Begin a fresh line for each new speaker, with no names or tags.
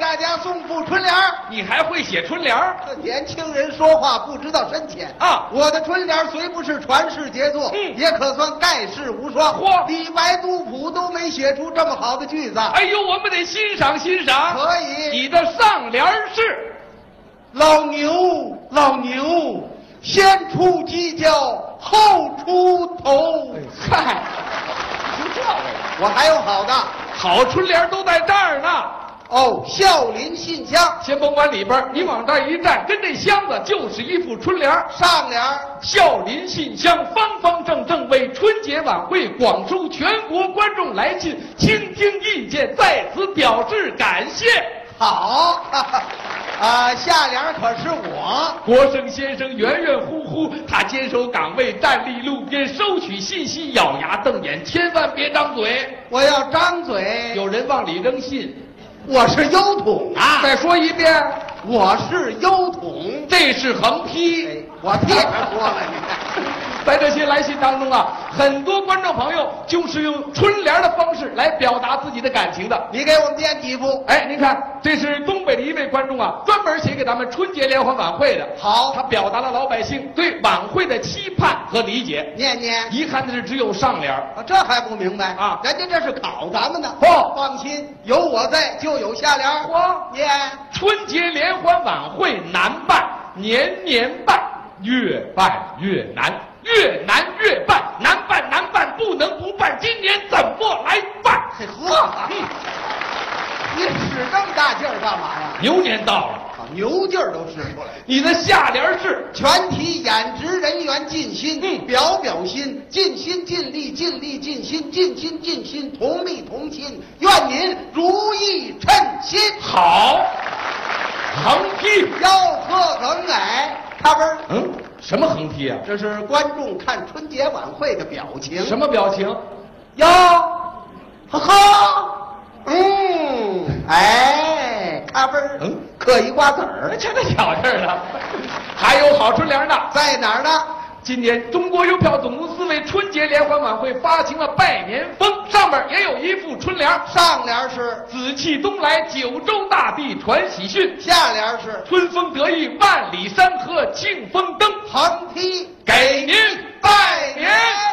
大家送副春联儿
你还会写春联儿
这年轻人说话不知道深浅
啊
我的春联儿虽不是传世杰作，
嗯
也可算盖世无双。
嚯
李白、杜甫都没写出这么好的句子。
哎呦，我们得欣赏欣赏。
可以
你的上联儿是
老牛，老牛，先出犄角，后出头。
哎嗨，就这个。
我还有好的
好春联儿都在这儿呢，
哦，孝邻信箱，
先甭管里边儿，你往这儿一站，跟这箱子就是一副春联儿。
上联儿
孝邻信箱，方方正正为春节晚会广收全国观众来信，倾听意见，在此表示感谢。
好， 哈哈啊，下联儿可是我。
国生先生圆圆乎乎，他坚守岗位，站立路边收取信息，咬牙瞪眼，千万别张嘴。
我要张嘴，
有人往里扔信
我是优桶啊，
再说一遍，
我是优桶。
这是横
哎
批。
我替他说了，你看，
在这些来信当中啊，很多观众朋友就是用春联的方式来表达自己的感情的。
你给我们念几副？
哎，您看，这是东北的一位观众啊，专门写给咱们春节联欢晚会的。
好
他表达了老百姓对晚会的期盼和理解。
念念。
遗憾的是，只有上联儿。
啊，这还不明白
啊
人家这是考咱们呢。
嚯
放心，有我在就有下联儿。
嚯
耶！
春节联欢晚会难办，年年办，越办越难，越难越办，难办难办，不能不办，今年怎么来办？
嘿呵，你使这么大劲儿干嘛呀？
牛年到了，
啊牛劲儿都使出来了。
你的下联是
全体演职人员尽心，
嗯
表表心，尽心尽力，尽力尽心，尽心尽心，同力同心，愿您如意称心。
好，横批，
吆喝梗哎，咔嘣儿，
嗯，什么横批啊？
这是观众看春节晚会的表情。
什么表情？
哟，呵呵，嗯，哎，咔嘣儿，
嗯
嗑一瓜子儿，
全在挑这儿呢。还有好春联呢。
在哪儿呢？
今年中国邮票总公司为春节联欢晚会发行了拜年风，上面也有一副春联儿。
上联是，
紫气东来，九州大地传喜讯，
下联是，
春风得意，万里山河庆风灯，
横批，
给您拜年。